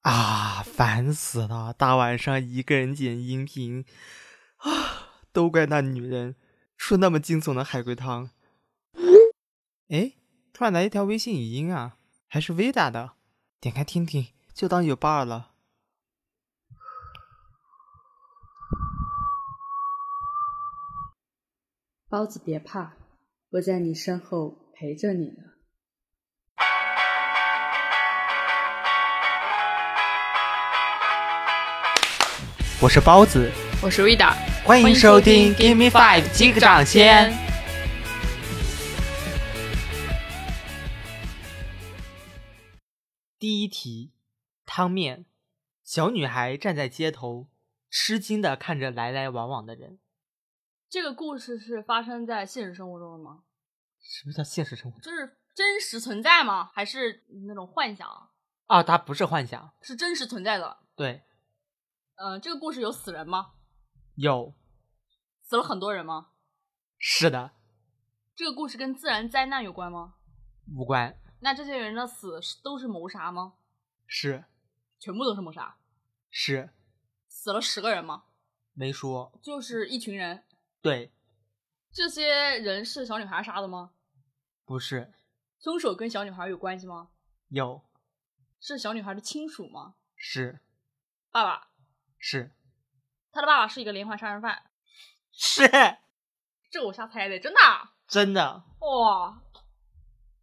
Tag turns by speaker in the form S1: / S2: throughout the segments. S1: 啊烦死了！大晚上一个人剪音频，啊，都怪那女人出那么惊悚的海龟汤。哎，突然来一条微信语音啊，还是薇打的，点开听听，就当有伴儿了。
S2: 包子别怕，我在你身后陪着你呢。
S1: 我是包子，
S3: 我是 Vida，
S1: 欢
S3: 迎收听
S1: Give Me Five
S3: 击
S1: 金
S3: 个掌先。
S1: 第一题，汤面。小女孩站在街头，吃惊的看着来来往往的人。
S4: 这个故事是发生在现实生活中的吗？
S1: 什么叫现实生活中？
S4: 就是真实存在吗？还是那种幻想？
S1: 啊，它不是幻想。
S4: 是真实存在的。
S1: 对，
S4: 嗯、这个故事有死人吗？
S1: 有，
S4: 死了很多人吗？
S1: 是的，
S4: 这个故事跟自然灾难有关吗？
S1: 无关，
S4: 那这些人的死是都是谋杀吗？
S1: 是
S4: 全部都是谋杀？
S1: 是
S4: 死了十个人吗？
S1: 没说。
S4: 就是一群人。
S1: 对，
S4: 这些人是小女孩杀的吗？
S1: 不是
S4: 凶手跟小女孩有关系吗？
S1: 有，
S4: 是小女孩的亲属吗？
S1: 是
S4: 爸爸，
S1: 是
S4: 她的爸爸是一个连环杀人犯，
S1: 是，
S4: 这我瞎猜的，真的啊、
S1: 真的
S4: 哇，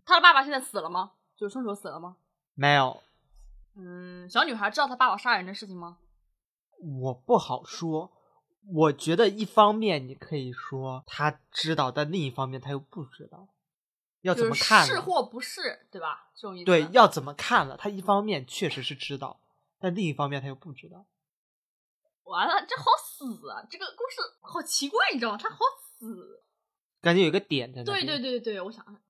S4: 他的爸爸现在死了吗？就是凶手死了吗？
S1: 没有，
S4: 嗯，小女孩知道他爸爸杀人的事情吗？
S1: 我不好说。我觉得一方面你可以说他知道，但另一方面他又不知道，要怎么看
S4: 就是
S1: 呢？
S4: 是或不是，对吧？这种意思。
S1: 对，要怎么看了？他一方面确实是知道，但另一方面他又不知道。
S4: 完了，这好死啊！这个故事好奇怪，你知道吗？它好死。
S1: 感觉有一个点在那
S4: 对
S1: 边。
S4: 对对对，我想想，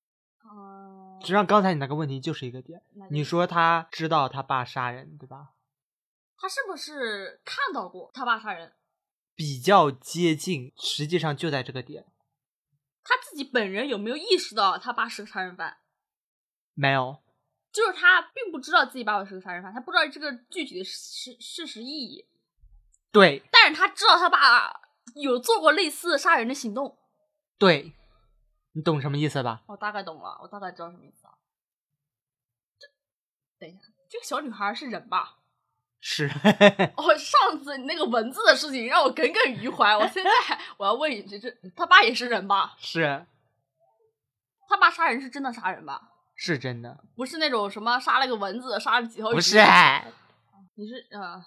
S4: 嗯、
S1: 实际上刚才你那个问题就是一个点。
S4: 那就
S1: 你说他知道他爸杀人，对吧？
S4: 他是不是看到过他爸杀人？
S1: 比较接近，实际上就在这个点。
S4: 他自己本人有没有意识到他爸是个杀人犯？
S1: 没有，
S4: 就是他并不知道自己爸爸是个杀人犯，他不知道这个具体的事事实意义。
S1: 对
S4: 但是他知道他爸有做过类似杀人的行动。
S1: 对，你懂什么意思吧？
S4: 我大概懂了，我大概知道什么意思了。这，等一下，这个小女孩是人吧？
S1: 是
S4: 哦，上次你那个文字的事情让我耿耿于怀。我现在 我要问一句，这他爸也是人吧？
S1: 是
S4: 他爸杀人是真的杀人吧？
S1: 是真的，
S4: 不是那种什么杀了个蚊子，杀了几条鱼。啊
S1: 不是。
S4: 你是呃，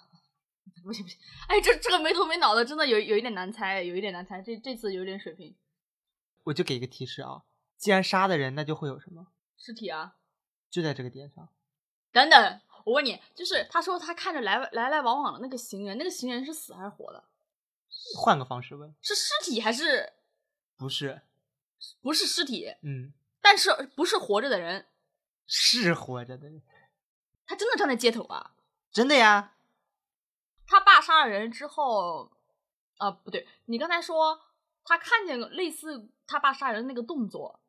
S4: 不行不行，哎，这这个没头没脑的，真的有有一点难猜，有一点难猜。这这次有点水平。
S1: 我就给一个提示啊，既然杀的人，那就会有什么？
S4: 尸体啊，
S1: 就在这个点上。
S4: 等等，我问你，就是他说他看着来来来往往的那个行人，那个行人是死还是活的？
S1: 换个方式问，
S4: 是尸体还是
S1: 不是？
S4: 不是尸体？
S1: 嗯，
S4: 但是不是活着的人？
S1: 是活着的人，
S4: 他真的站在街头啊！
S1: 真的呀？
S4: 他爸杀了人之后，啊、不对，你刚才说他看见类似他爸杀人的那个动作，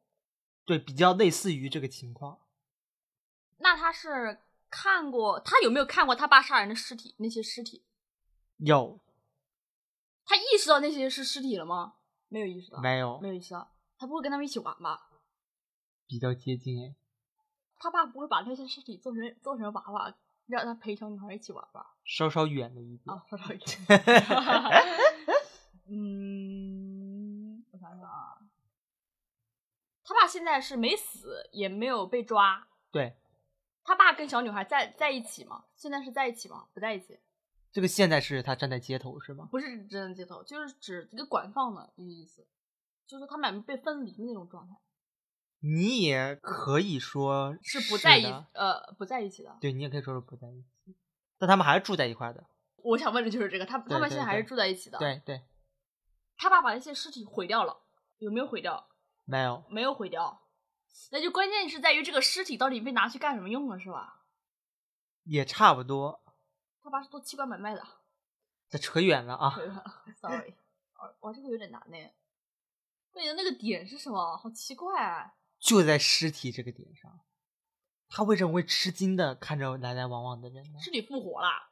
S1: 对，比较类似于这个情况。
S4: 那他是看过他有没有看过他爸杀人的尸体？那些尸体，
S1: 有
S4: 他意识到那些是尸体了吗？没有意识到，
S1: 没有
S4: 没？有意识到，他不会跟他们一起玩吧？
S1: 比较接近哎，
S4: 他爸不会把那些尸体做成做成娃娃，让他陪小女孩一起玩吧？
S1: 稍稍远了一点。
S4: 啊，说到一点， 嗯，我想想啊，他爸现在是没死，也没有被抓。
S1: 对，
S4: 他爸跟小女孩在在一起吗？现在是在一起吗？不在一起，
S1: 这个现在是他站在街头是吗？
S4: 不是真的街头，就是指这个管放的意思，就是他们俩被分离的那种状态，
S1: 你也可以说
S4: 是不在一
S1: 的
S4: 呃不在一起的。
S1: 对你也可以说是不在一起，但他们还是住在一块儿的。
S4: 我想问的就是这个，他他
S1: 对
S4: 们现在还是
S1: 对
S4: 住在一起的。
S1: 对对，
S4: 他爸把那些尸体毁掉了，有没有毁掉？
S1: 没有
S4: 没有毁掉，那就关键是在于这个尸体到底被拿去干什么用了，是吧？
S1: 也差不多。
S4: 他爸是做器官买卖的。
S1: 这扯远了啊，
S4: 对吧 Sorry，哦 哇，这个有点难呢。那你的那个点是什么？好奇怪、啊。
S1: 就在尸体这个点上，他为什么会吃惊的看着来来往往的人呢？
S4: 尸体复活啦，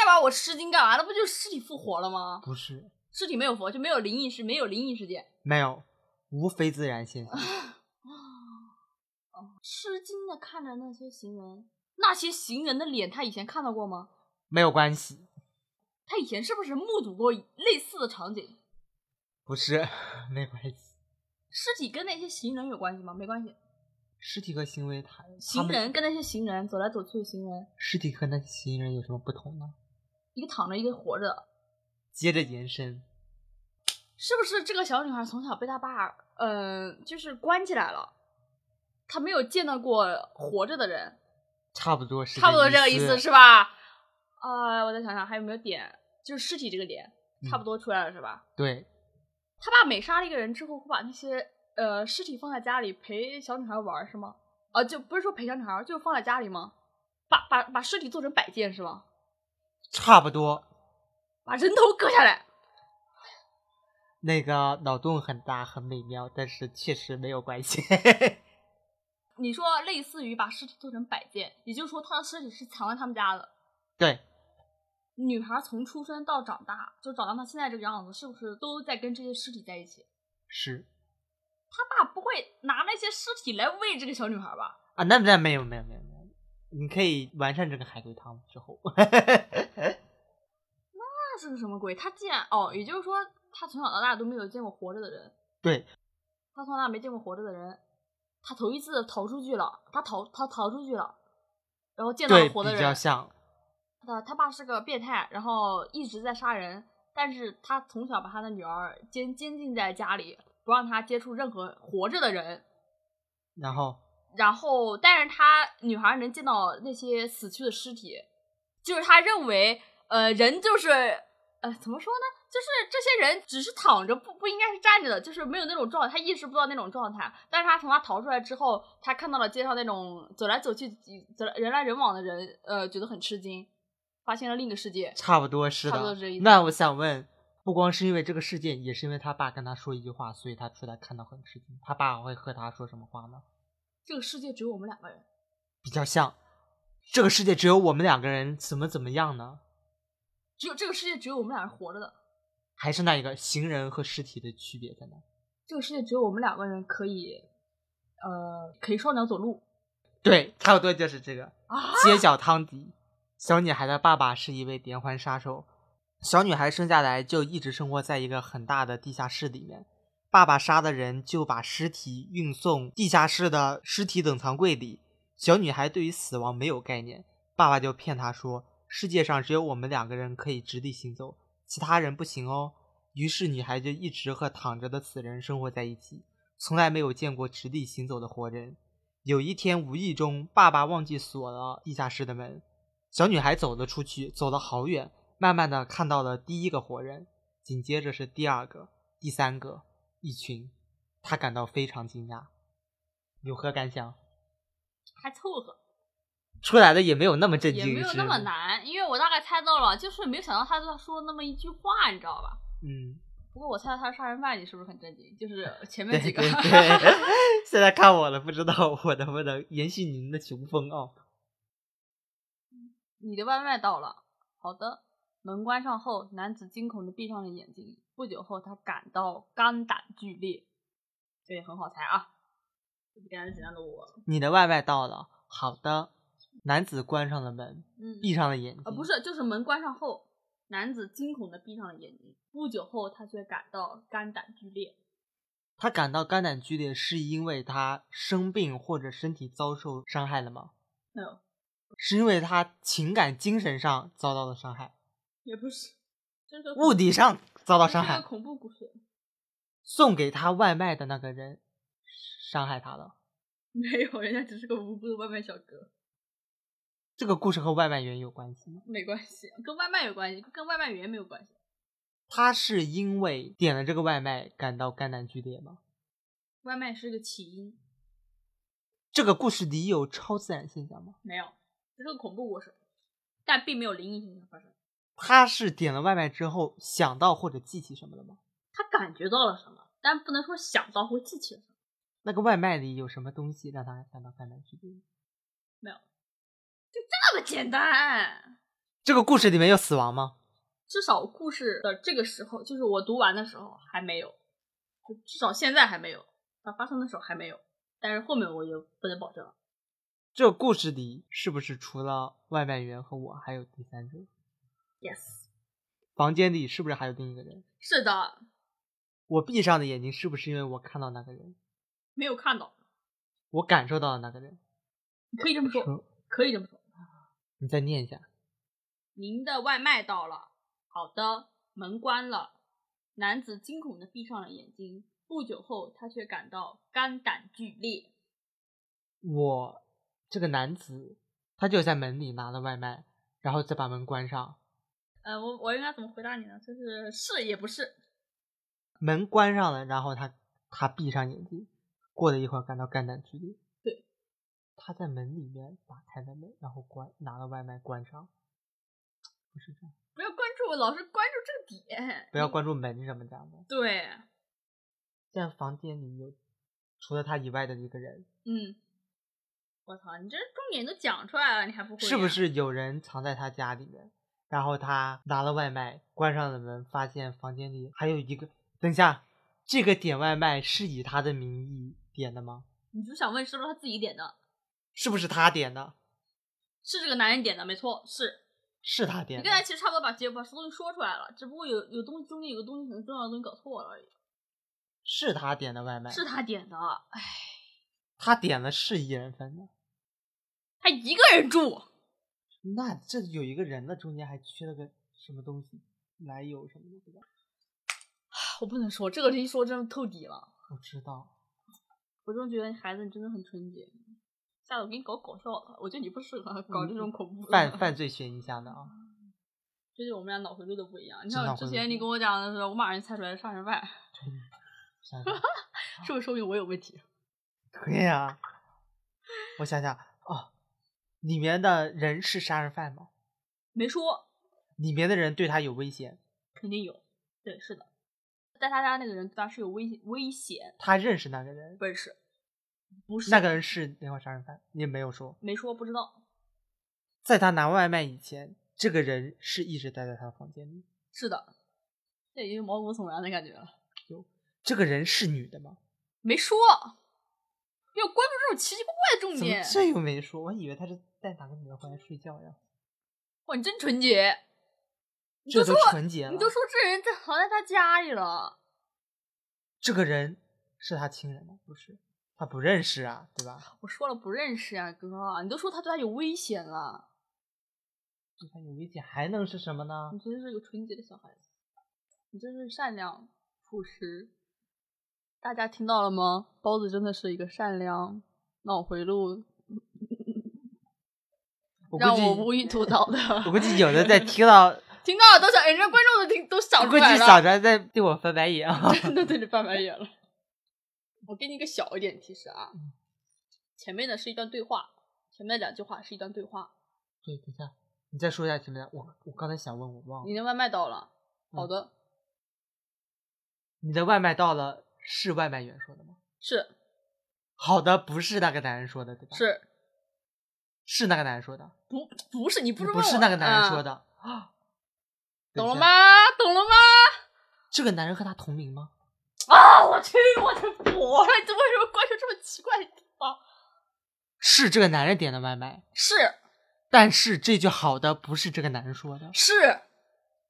S4: 要不然我吃惊干嘛？那不就是尸体复活了吗？
S1: 不是，
S4: 尸体没有复活，就没有灵异事，没有灵异事件。
S1: 没有，无非自然现象。
S4: 哦，吃惊的看着那些行人，那些行人的脸，他以前看到过吗？
S1: 没有关系，
S4: 他以前是不是目睹过类似的场景？
S1: 不是， 没关系。
S4: 尸体跟那些行人有关系吗？没关系，
S1: 尸体和行为它，他
S4: 行
S1: 们
S4: 人跟那些行人走来走去的行人，
S1: 尸体和那些行人有什么不同呢？
S4: 一个躺着，一个活着，
S1: 接着延伸，
S4: 是不是这个小女孩从小被她爸，呃，就是关起来了，她没有见到过活着的人，
S1: 差不多是
S4: 差不多这个意思是吧？呃，我再想想还有没有点，就是尸体这个点，差不
S1: 多、
S4: 多出来了是吧？
S1: 对，
S4: 他爸每杀了一个人之后，会把那些呃尸体放在家里陪小女孩玩儿是吗？啊、就不是说陪小女孩儿，就是放在家里吗？把把把尸体做成摆件是吗？
S1: 差不多。
S4: 把人头割下来，
S1: 那个脑洞很大，很美妙，但是确实没有关系。
S4: 你说类似于把尸体做成摆件，也就是说他的尸体是藏在他们家的。
S1: 对，
S4: 女孩从出生到长大，就长到她现在这个样子，是不是都在跟这些尸体在一起？
S1: 是
S4: 他爸不会拿那些尸体来喂这个小女孩吧？
S1: 啊，那那没有没有没有没有，你可以完善这个海龟汤之后，
S4: 那是个什么鬼？他竟然哦，也就是说他从小到大都没有见过活着的人。
S1: 对，
S4: 他从来没见过活着的人，他头一次逃出去了，他逃他逃出去了，然后见到
S1: 对
S4: 了活的
S1: 比较
S4: 人。
S1: 像，
S4: 他他爸是个变态，然后一直在杀人，但是他从小把他的女儿监监禁在家里，不让她接触任何活着的人。
S1: 然后
S4: 然后，但是他女孩能见到那些死去的尸体，就是他认为，呃，人就是，呃，怎么说呢？就是这些人只是躺着，不不应该是站着的，就是没有那种状态，他意识不到那种状态。但是他从他逃出来之后，他看到了街上那种走来走去、几走来人来人往的人，呃，觉得很吃惊，发现了另一个世界。
S1: 差不多是
S4: 差不多
S1: 的
S4: 是这意。思
S1: 那我想问，不光是因为这个事件，也是因为他爸跟他说一句话，所以他出来看到很吃惊。他爸会和他说什么话呢？
S4: 这个世界只有我们两个人，
S1: 比较像，这个世界只有我们两个人，怎么怎么样呢？
S4: 只有这个世界只有我们俩人活着的，
S1: 还是那一个行人和尸体的区别在哪？
S4: 这个世界只有我们两个人可以，呃，可以双脚走路
S1: 对，差不多就是这个。
S4: 啊。
S1: 街角汤迪，小女孩的爸爸是一位连环杀手。小女孩生下来就一直生活在一个很大的地下室里面，爸爸杀的人就把尸体运送地下室的尸体冷藏柜里。小女孩对于死亡没有概念，爸爸就骗她说世界上只有我们两个人可以直立行走，其他人不行哦。于是女孩就一直和躺着的死人生活在一起，从来没有见过直立行走的活人。有一天无意中，爸爸忘记锁了地下室的门，小女孩走了出去，走了好远，慢慢的看到了第一个活人，紧接着是第二个、第三个，一群，她感到非常惊讶。有何感想？
S4: 还凑合，
S1: 出来的也没有那么震
S4: 也
S1: 惊，
S4: 没有那么
S1: 是吗。
S4: 难，因为我大概猜到了，就是没有想到他就说那么一句话，你知道吧？
S1: 嗯，
S4: 不过我猜到他是杀人犯，你是不是很震惊？ 就是前面
S1: 对
S4: 几
S1: 对
S4: 个，
S1: 对。 现在看我了，不知道我能不能延续您的雄风哦。
S4: 你的外卖到了。好的，门关上后，男子惊恐的闭上了眼睛。不久后，他感到肝胆俱裂，这也很好猜啊。这不简单简单的我，
S1: 你的外卖到了，好的。男子关上了门，
S4: 嗯，
S1: 闭上了眼睛。
S4: 呃，不是，就是门关上后，男子惊恐的闭上了眼睛。不久后，他却感到肝胆俱裂。
S1: 他感到肝胆俱裂是因为他生病或者身体遭受伤害了吗？
S4: 没有，
S1: 是因为他情感、精神上遭到了伤害，
S4: 也不是，这是个
S1: 物理上遭到伤
S4: 这是
S1: 害
S4: 个。恐怖故事，
S1: 送给他外卖的那个人伤害他了。
S4: 没有，人家只是个无辜的外卖小哥，
S1: 这个故事和外卖员有关系吗？
S4: 没关系，跟外卖有关系，跟外卖员没有关系。
S1: 他是因为点了这个外卖感到肝胆俱裂吗？
S4: 外卖是个起因，
S1: 这个故事里有超自然现象吗？
S4: 没有，这是个恐怖故事，但并没有灵异现象发生。
S1: 他是点了外卖之后想到或者记起什么了吗？
S4: 他感觉到了什么，但不能说想到或记起了什么。
S1: 那个外卖里有什么东西让他感到肝胆俱裂？
S4: 这么简单，
S1: 这个故事里面有死亡吗？
S4: 至少故事的这个时候，就是我读完的时候还没有，就至少现在还没有，它发生的时候还没有，但是后面我就不能保证了。
S1: 这个故事里是不是除了外卖员和我，还有第三者？
S4: Yes，
S1: 房间里是不是还有另一个人？
S4: 是的，
S1: 我闭上的眼睛是不是因为我看到那个人，
S4: 没有看到，
S1: 我感受到了那个人？
S4: 可以这么说，
S1: 说
S4: 可以这么说。
S1: 你再念一下。
S4: 您的外卖到了。好的，门关了。男子惊恐地闭上了眼睛。不久后，他却感到肝胆俱裂。
S1: 我这个男子，他就在门里拿了外卖，然后再把门关上。
S4: 呃，我我应该怎么回答你呢？就是是也不是，
S1: 门关上了，然后他他闭上眼睛，过了一会儿感到肝胆俱裂。
S4: 对，
S1: 他在门里面打开了门，然后关拿了外卖关上，不是这样，
S4: 不要关注我，老是关注这个点。
S1: 不要关注门什么这样的。啊
S4: 对，
S1: 现在房间里有除了他以外的一个人，
S4: 嗯。我操，你这重点都讲出来了，你还不会呀？
S1: 是不是有人藏在他家里面？然后他拿了外卖，关上了门，发现房间里还有一个。等一下，这个点外卖是以他的名义点的吗？
S4: 你就想问是不是他自己点的？
S1: 是不是他点的？
S4: 是这个男人点的，没错，是。
S1: 是他点
S4: 你
S1: 的。
S4: 刚才其实差不多把结把东西说出来了，只不过有有东西中间有个东西可能重要的东西搞错了而已。
S1: 是他点的外卖，
S4: 是他点的，哎，
S1: 他点了是一人份的。
S4: 他一个人住，
S1: 那这有一个人的中间还缺了个什么东西，来由什么的，对吧？
S4: 我不能说这个一说真的透底了。
S1: 我知 道，
S4: 我真的觉得孩子你真的很纯洁。下次我给你搞搞笑的，我觉得你不适合搞这种恐怖的。
S1: 嗯犯犯罪嫌疑下的啊，
S4: 这就是我们俩脑回路都不一样。你
S1: 真脑
S4: 像
S1: 回
S4: 之
S1: 路
S4: 前你跟我讲的时候，我马上就猜出来是杀人
S1: 啊
S4: 犯，
S1: 想想
S4: 是不是说明我有问题？
S1: 对呀、我想想哦，里面的人是杀人犯吗？
S4: 没说，
S1: 里面的人对他有危险，
S4: 肯定有。对，是的，在他家那个人对他是有危危险，
S1: 他认识那个人，
S4: 不是，不是
S1: 那个人是连环杀人犯，也没有说，
S4: 没说，不知道
S1: 在他拿外卖以前，这个人是一直待在他的房间里。
S4: 是的，这已经毛骨悚然的感觉了。
S1: 这个人是女的吗？
S4: 没说，不要关注这种奇奇怪怪的重
S1: 怎么
S4: 点。
S1: 这又没说？我以为他是带哪个女的回来睡觉呀，
S4: 哇，你真纯洁，你
S1: 这
S4: 就
S1: 都
S4: 说
S1: 纯洁了。
S4: 你就说这人在藏在他家里了。
S1: 这个人是他亲人吗？不是，他不认识啊，对吧？
S4: 我说了不认识呀、哥，你都说他对他有危险了，
S1: 对他有危险，还能是什么呢
S4: 你？真是个纯洁的小孩子，你真是善良朴实。大家听到了吗？包子真的是一个善良、脑回路
S1: 我估
S4: 让
S1: 计
S4: 我无语吐槽的。
S1: 我估计有的在听到，
S4: 听到了都想，人家观众都听都想
S1: 我
S4: 出
S1: 估计
S4: 来了。
S1: 小翟在对我翻白眼啊。
S4: 真的对着翻白眼了。我给你一个小一点提示啊，
S1: 嗯
S4: 前面的是一段对话，前面的两句话是一段对话。
S1: 对，等一下，你再说一下前面的。我我刚才想问，我忘了。
S4: 你的外卖到了，
S1: 嗯
S4: 好的，
S1: 你的外卖到了，是外卖员说的吗？
S4: 是
S1: 好的，不是那个男人说的，对吧？
S4: 是，
S1: 是那个男人说的，
S4: 不不是你不
S1: 不
S4: 是
S1: 不是
S4: 问
S1: 那
S4: 我
S1: 个男人说，
S4: 啊
S1: 的啊。等一
S4: 懂了
S1: 下
S4: 吗？？懂了吗？
S1: 这个男人和他同龄吗？
S4: 啊，我去，我的佛了，你怎么为什么关注这么奇怪的地方？
S1: 是这个男人点的外卖，
S4: 是
S1: 但是这句好的不是这个男人说的，
S4: 是是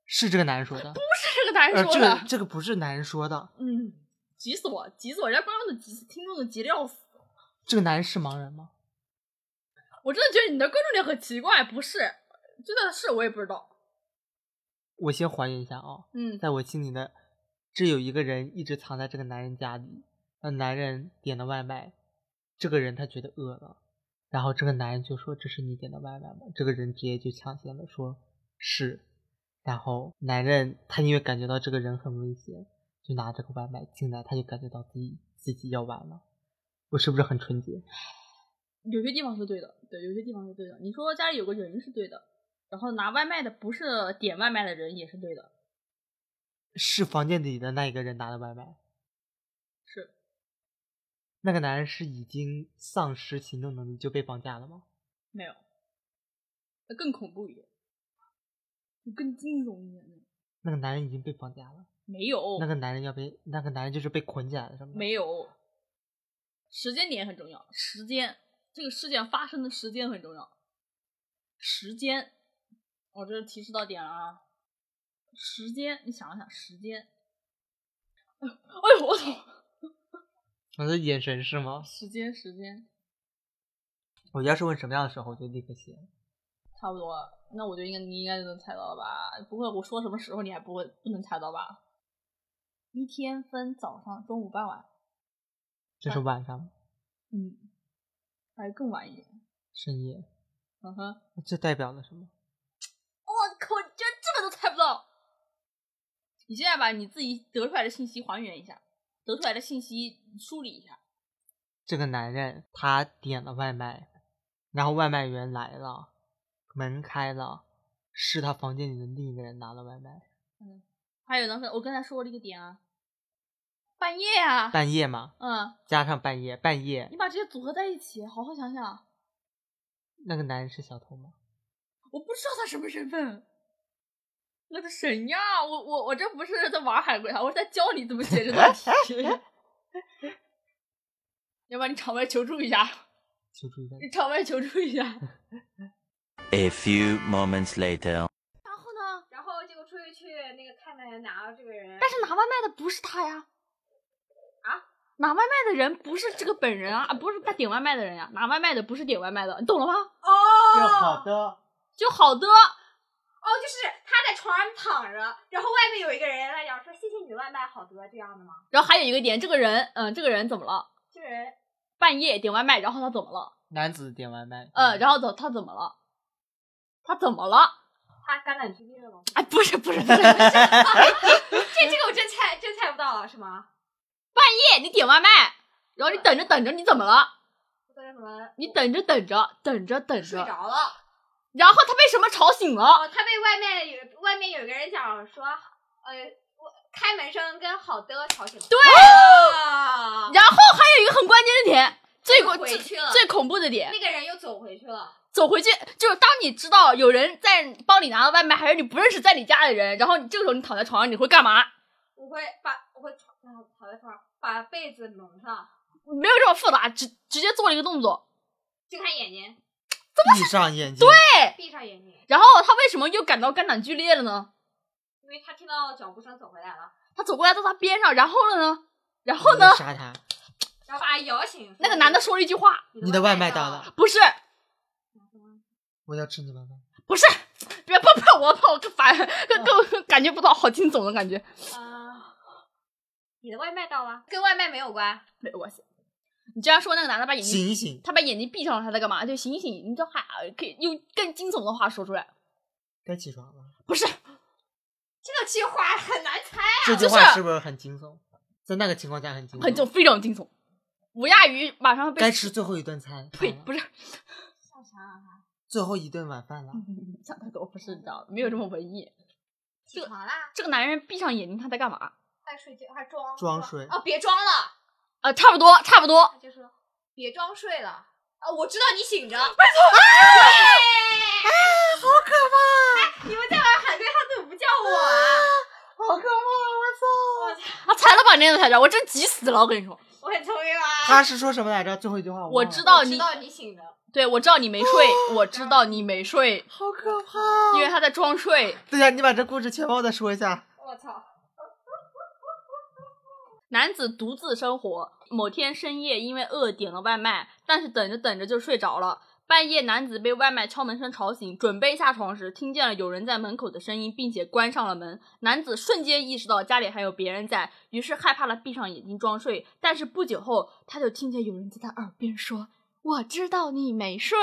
S1: 是这个男人说的，
S4: 这个男人
S1: 呃，
S4: 说
S1: 这
S4: 的，
S1: 个这个不是男人说的，
S4: 嗯，急死我，急死我，人家观众都急死，听众都急得要死。
S1: 这个男人是盲人吗？
S4: 我真的觉得你的关注点很奇怪，不是，真的是我也不知道。
S1: 我先还原一下啊、
S4: 嗯，
S1: 在我心里的，这有一个人一直藏在这个男人家里，那男人点了外卖，这个人他觉得饿了，然后这个男人就说：“这是你点的外卖吗？”这个人直接就抢先了说：“是。”然后男人他因为感觉到这个人很危险，就拿这个外卖进来，他就感觉到自己自己要完了。我是不是很纯洁？
S4: 有些地方是对的，对，有些地方是对的。你说家里有个人是对的，然后拿外卖的不是点外卖的人也是对的，
S1: 是房间里的那一个人拿的外卖，
S4: 是
S1: 那个男人是已经丧失行动能力就被绑架了吗？
S4: 没有。那更恐怖一点，就跟惊悚一样的。
S1: 那个男人已经被绑架了，
S4: 没有，
S1: 那个男人要被那个男人就是被捆起来了，是吗？
S4: 哦没有，时间点很重要，时间这个事件发生的时间很重要，时间，我这是提示到点了啊，时间，你想一想，时间， 哎呦，哎呦我操，
S1: 我的眼神是吗？
S4: 时间，时间，
S1: 我要是问什么样的时候，我就立刻写。
S4: 差不多了，那我就应该你应该就能猜到了吧？不会，我说什么时候你还不会不能猜到吧？一天分早上、中午、傍晚，
S1: 这
S4: 哎
S1: 是晚上，
S4: 嗯，还更晚一点，
S1: 深夜，
S4: 嗯哼。
S1: 这代表了什么？
S4: 我靠，你居然这个都猜不到！你现在把你自己得出来的信息还原一下，得出来的信息梳理一下。
S1: 这个男人他点了外卖，然后外卖员来了，门开了，是他房间里的另一个人拿了外卖。
S4: 还有呢，我刚才说了一个点啊，半夜啊，
S1: 半夜嘛，
S4: 嗯，
S1: 加上半夜，半夜
S4: 你把这些组合在一起，好好想想。
S1: 那个男人是小偷吗？
S4: 我不知道他什么身份。我的神呀！啊我我我这不是在玩海龟汤，我是在教你怎么解这道题。 要不然你场外求助一下，
S1: 求助一下。
S4: 你场外求助一下。
S3: A few moments later.
S4: 然后呢？
S5: 然后结果出去去那个太太拿了这个人，
S4: 但是拿外卖的不是他呀！啊，拿外卖的人不是这个本人啊，啊不是他点外卖的人呀、拿外卖的不是点外卖的，你懂了吗？
S1: 这
S5: 哦
S1: 的，
S4: 就好的，
S5: 哦，就是他在床上躺着，然后外面有一个人来讲说谢谢你的外卖，好得这样的吗？
S4: 然后还有一个点，这个人，嗯、这个人怎么了？
S5: 这个人
S4: 半夜点外卖，然后他怎么了？
S1: 男子点外卖。
S4: 呃，然后怎他怎么了？他怎么了？
S5: 他橄榄枝裂了吗？
S4: 哎，不是不是不是，不是
S5: 这这个我真猜真猜不到啊了是吗？
S4: 你点外卖，然后你等着等着，你怎么了？
S5: 我在什么
S4: 你等着等着等着等
S5: 睡
S4: 着，
S5: 着了？
S4: 然后他被什么吵醒了？
S5: 哦，他被外面有外面有个人讲说，呃，我开门声跟好的吵醒了。对啊，
S4: 然后还有一个很关键的点，最
S5: 又
S4: 恐
S5: 回
S4: 最
S5: 去了
S4: 最恐怖的点，
S5: 那个人又走回去了。
S4: 走回去就是当你知道有人在帮你拿了外卖，还是你不认识在你家的人，然后你这个时候你躺在床上，你会干嘛？
S5: 我会把我会躺躺在床上，把被子蒙上，
S4: 没有这么复杂，直直接做了一个动作。
S5: 睁开眼睛，
S1: 闭上眼睛。对，
S5: 闭上眼睛，
S4: 然后他为什么又感到肝胆俱裂了呢？
S5: 因为他听到脚步声走回来了，
S4: 他走过来到他边上，然后了呢？然后呢？
S1: 杀他！
S5: 然后把他摇醒。
S4: 那个男的说了一句话，
S5: 你：“
S1: 你的
S5: 的
S1: 外
S5: 卖
S1: 卖到
S5: 了。
S1: 了，
S4: 不是，
S1: 我要吃你外卖。
S4: 不是，别碰碰我，碰我更烦，更更感觉不到好惊悚的感觉，
S5: 啊，你的外卖到了，跟外卖没有关。
S4: 没关系。你这样说，那个男的把眼睛，
S1: 醒一醒，
S4: 他把眼睛闭上了，他在干嘛？就醒醒，你知道还可以用更惊悚的话说出来，
S1: 该起床了。
S4: 不是，
S5: 这个句话很难猜，
S1: 这句
S4: 就是
S1: 话是不是很惊悚？在那个情况下很惊悚。
S4: 很就非常惊悚。吴亚宇马上
S1: 该
S4: 被
S1: 吃最后一顿餐。
S4: 呸，
S1: 好了
S4: 不是，
S5: 想想啊，
S1: 最后一顿晚饭
S4: 嗯
S1: 了。
S4: 想太多，不是，你知道，没有这么文艺。
S5: 起床啦，
S4: 这个男人闭上眼睛，他在干嘛？
S5: 快睡觉，快装
S1: 装睡
S5: 哦，别装了，
S4: 呃，差不多，差不多。
S5: 他就说别装睡了。啊，我知道你醒着，没错。
S1: 啊
S5: 好可哎怕！你们在玩海龟，他怎么不叫我啊？
S1: 好可怕！我操！
S4: 啊，猜了半天都猜着，我真急死了！我跟你说，
S5: 我很聪明啊。
S1: 他是说什么来着？最后一句话
S4: 我
S1: 我
S4: 知
S1: 知道。
S4: 道
S5: 我
S4: 你
S5: 知道你醒着，
S4: 对我知道 你没睡，我知道你没睡，
S1: 好可怕
S4: 因为他在装睡。
S1: 对呀、你把这故事全貌再说一下。
S5: 我操！
S4: 男子独自生活，某天深夜因为饿点了外卖，但是等着等着就睡着了。半夜，男子被外卖敲门声吵醒，准备下床时，听见了有人在门口的声音，并且关上了门。男子瞬间意识到家里还有别人在，于是害怕的闭上眼睛装睡。但是不久后，他就听见有人在他耳边说：“我知道你没
S1: 啊
S4: 睡。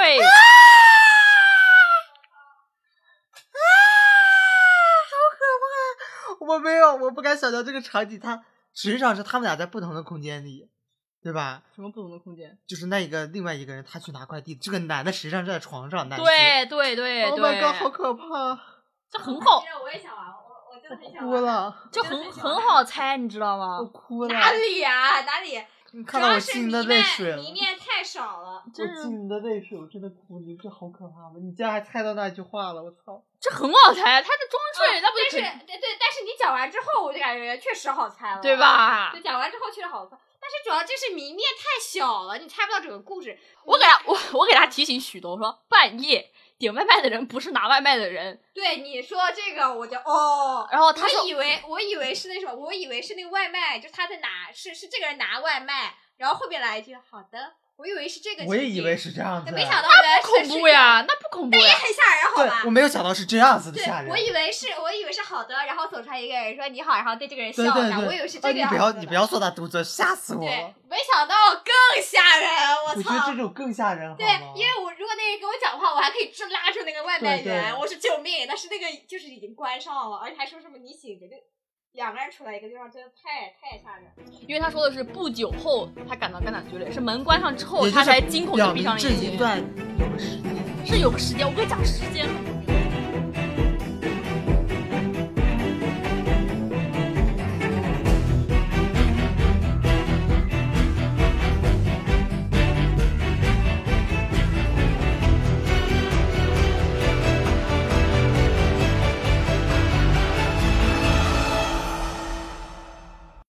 S1: 我没有，我不敢想象这个场景。他实际上是他们俩在不同的空间里，对吧？
S4: 什么不同的空间？
S1: 就是那一个另外一个人，他去拿快递，这个男的实际上是在床上。男
S4: 对对对
S1: o h
S4: 对
S1: ，Oh my god，好可怕，
S4: 这很好
S5: 其，实我也想玩，我我真的很想
S1: 哭
S4: 哎
S5: 玩。
S1: 了，
S5: 啊
S4: 就很很好猜，你知道
S1: 我
S4: 吗？
S1: 哭了。
S5: 哪里呀、哪里？
S1: 你
S5: 啊主
S1: 看到
S5: 要
S1: 我
S5: 是
S1: 进
S5: 迷
S1: 你的
S5: 恋
S1: 泪水了，
S5: 迷恋太少了。
S1: 我
S4: 真是
S1: 进你的泪水，我真的哭，你这好可怕吗？你竟然还猜到那句话了，我操！
S4: 这很好猜，他这装睡，
S5: 啊
S4: 那不
S5: 但是
S4: 就肯
S5: 对对，但是你讲完之后，我就感觉确实好猜了，
S4: 对？吧
S5: 就？讲完之后确实好猜，但是主要就是谜面太小了，你猜不到整个故事。
S4: 我给他我我给他提醒许多，我说半夜点外卖的人不是拿外卖的人，
S5: 对你说这个，我就哦，
S4: 然后他说
S5: 我以为我以为是那什么，我以为是那个外卖，就是他在拿，是是这个人拿外卖，然后后面来一句好的，我以为是这个，
S1: 我也以为，是这啊样子，
S5: 但没想到原来是
S4: 恐怖，呀，那不恐怖
S5: 是这样也
S4: 呀，
S5: 很吓人，好
S1: 对
S5: 吧，
S1: 我？没有想到是这样子的
S5: 对
S1: 吓，人。
S5: 我以为是，我以为是好的，然后走出来一个人说你好，然后对这个人笑
S1: 对
S5: 一下，
S1: 对对，
S5: 我以为是
S1: 啊
S5: 这个
S1: 你
S5: 样
S1: 不
S5: 子的、
S1: 要你不要做大动作，吓死我
S5: 对
S1: 了！，
S5: 没想到更吓人，我
S1: 我觉得
S5: 操
S1: 这！种更吓人，好
S5: 对
S1: 吗？，
S5: 因为我如果那人跟我讲话，我还可以就拉住那个外卖
S1: 对对
S5: 员，我说救命！但是那个就是已经关上了，而且还说什么你醒着就两个人处在一个地方，真的太太吓人了。
S4: 因为他说的是不久后他感到肝胆俱裂，是门关上之后
S1: 也就
S4: 他
S1: 是
S4: 才惊恐的
S1: 表
S4: 闭
S1: 明
S4: 上了
S1: 这
S4: 眼
S1: 一
S4: 睛。
S1: 段有时间。
S4: 是有个时间，我跟你讲时间很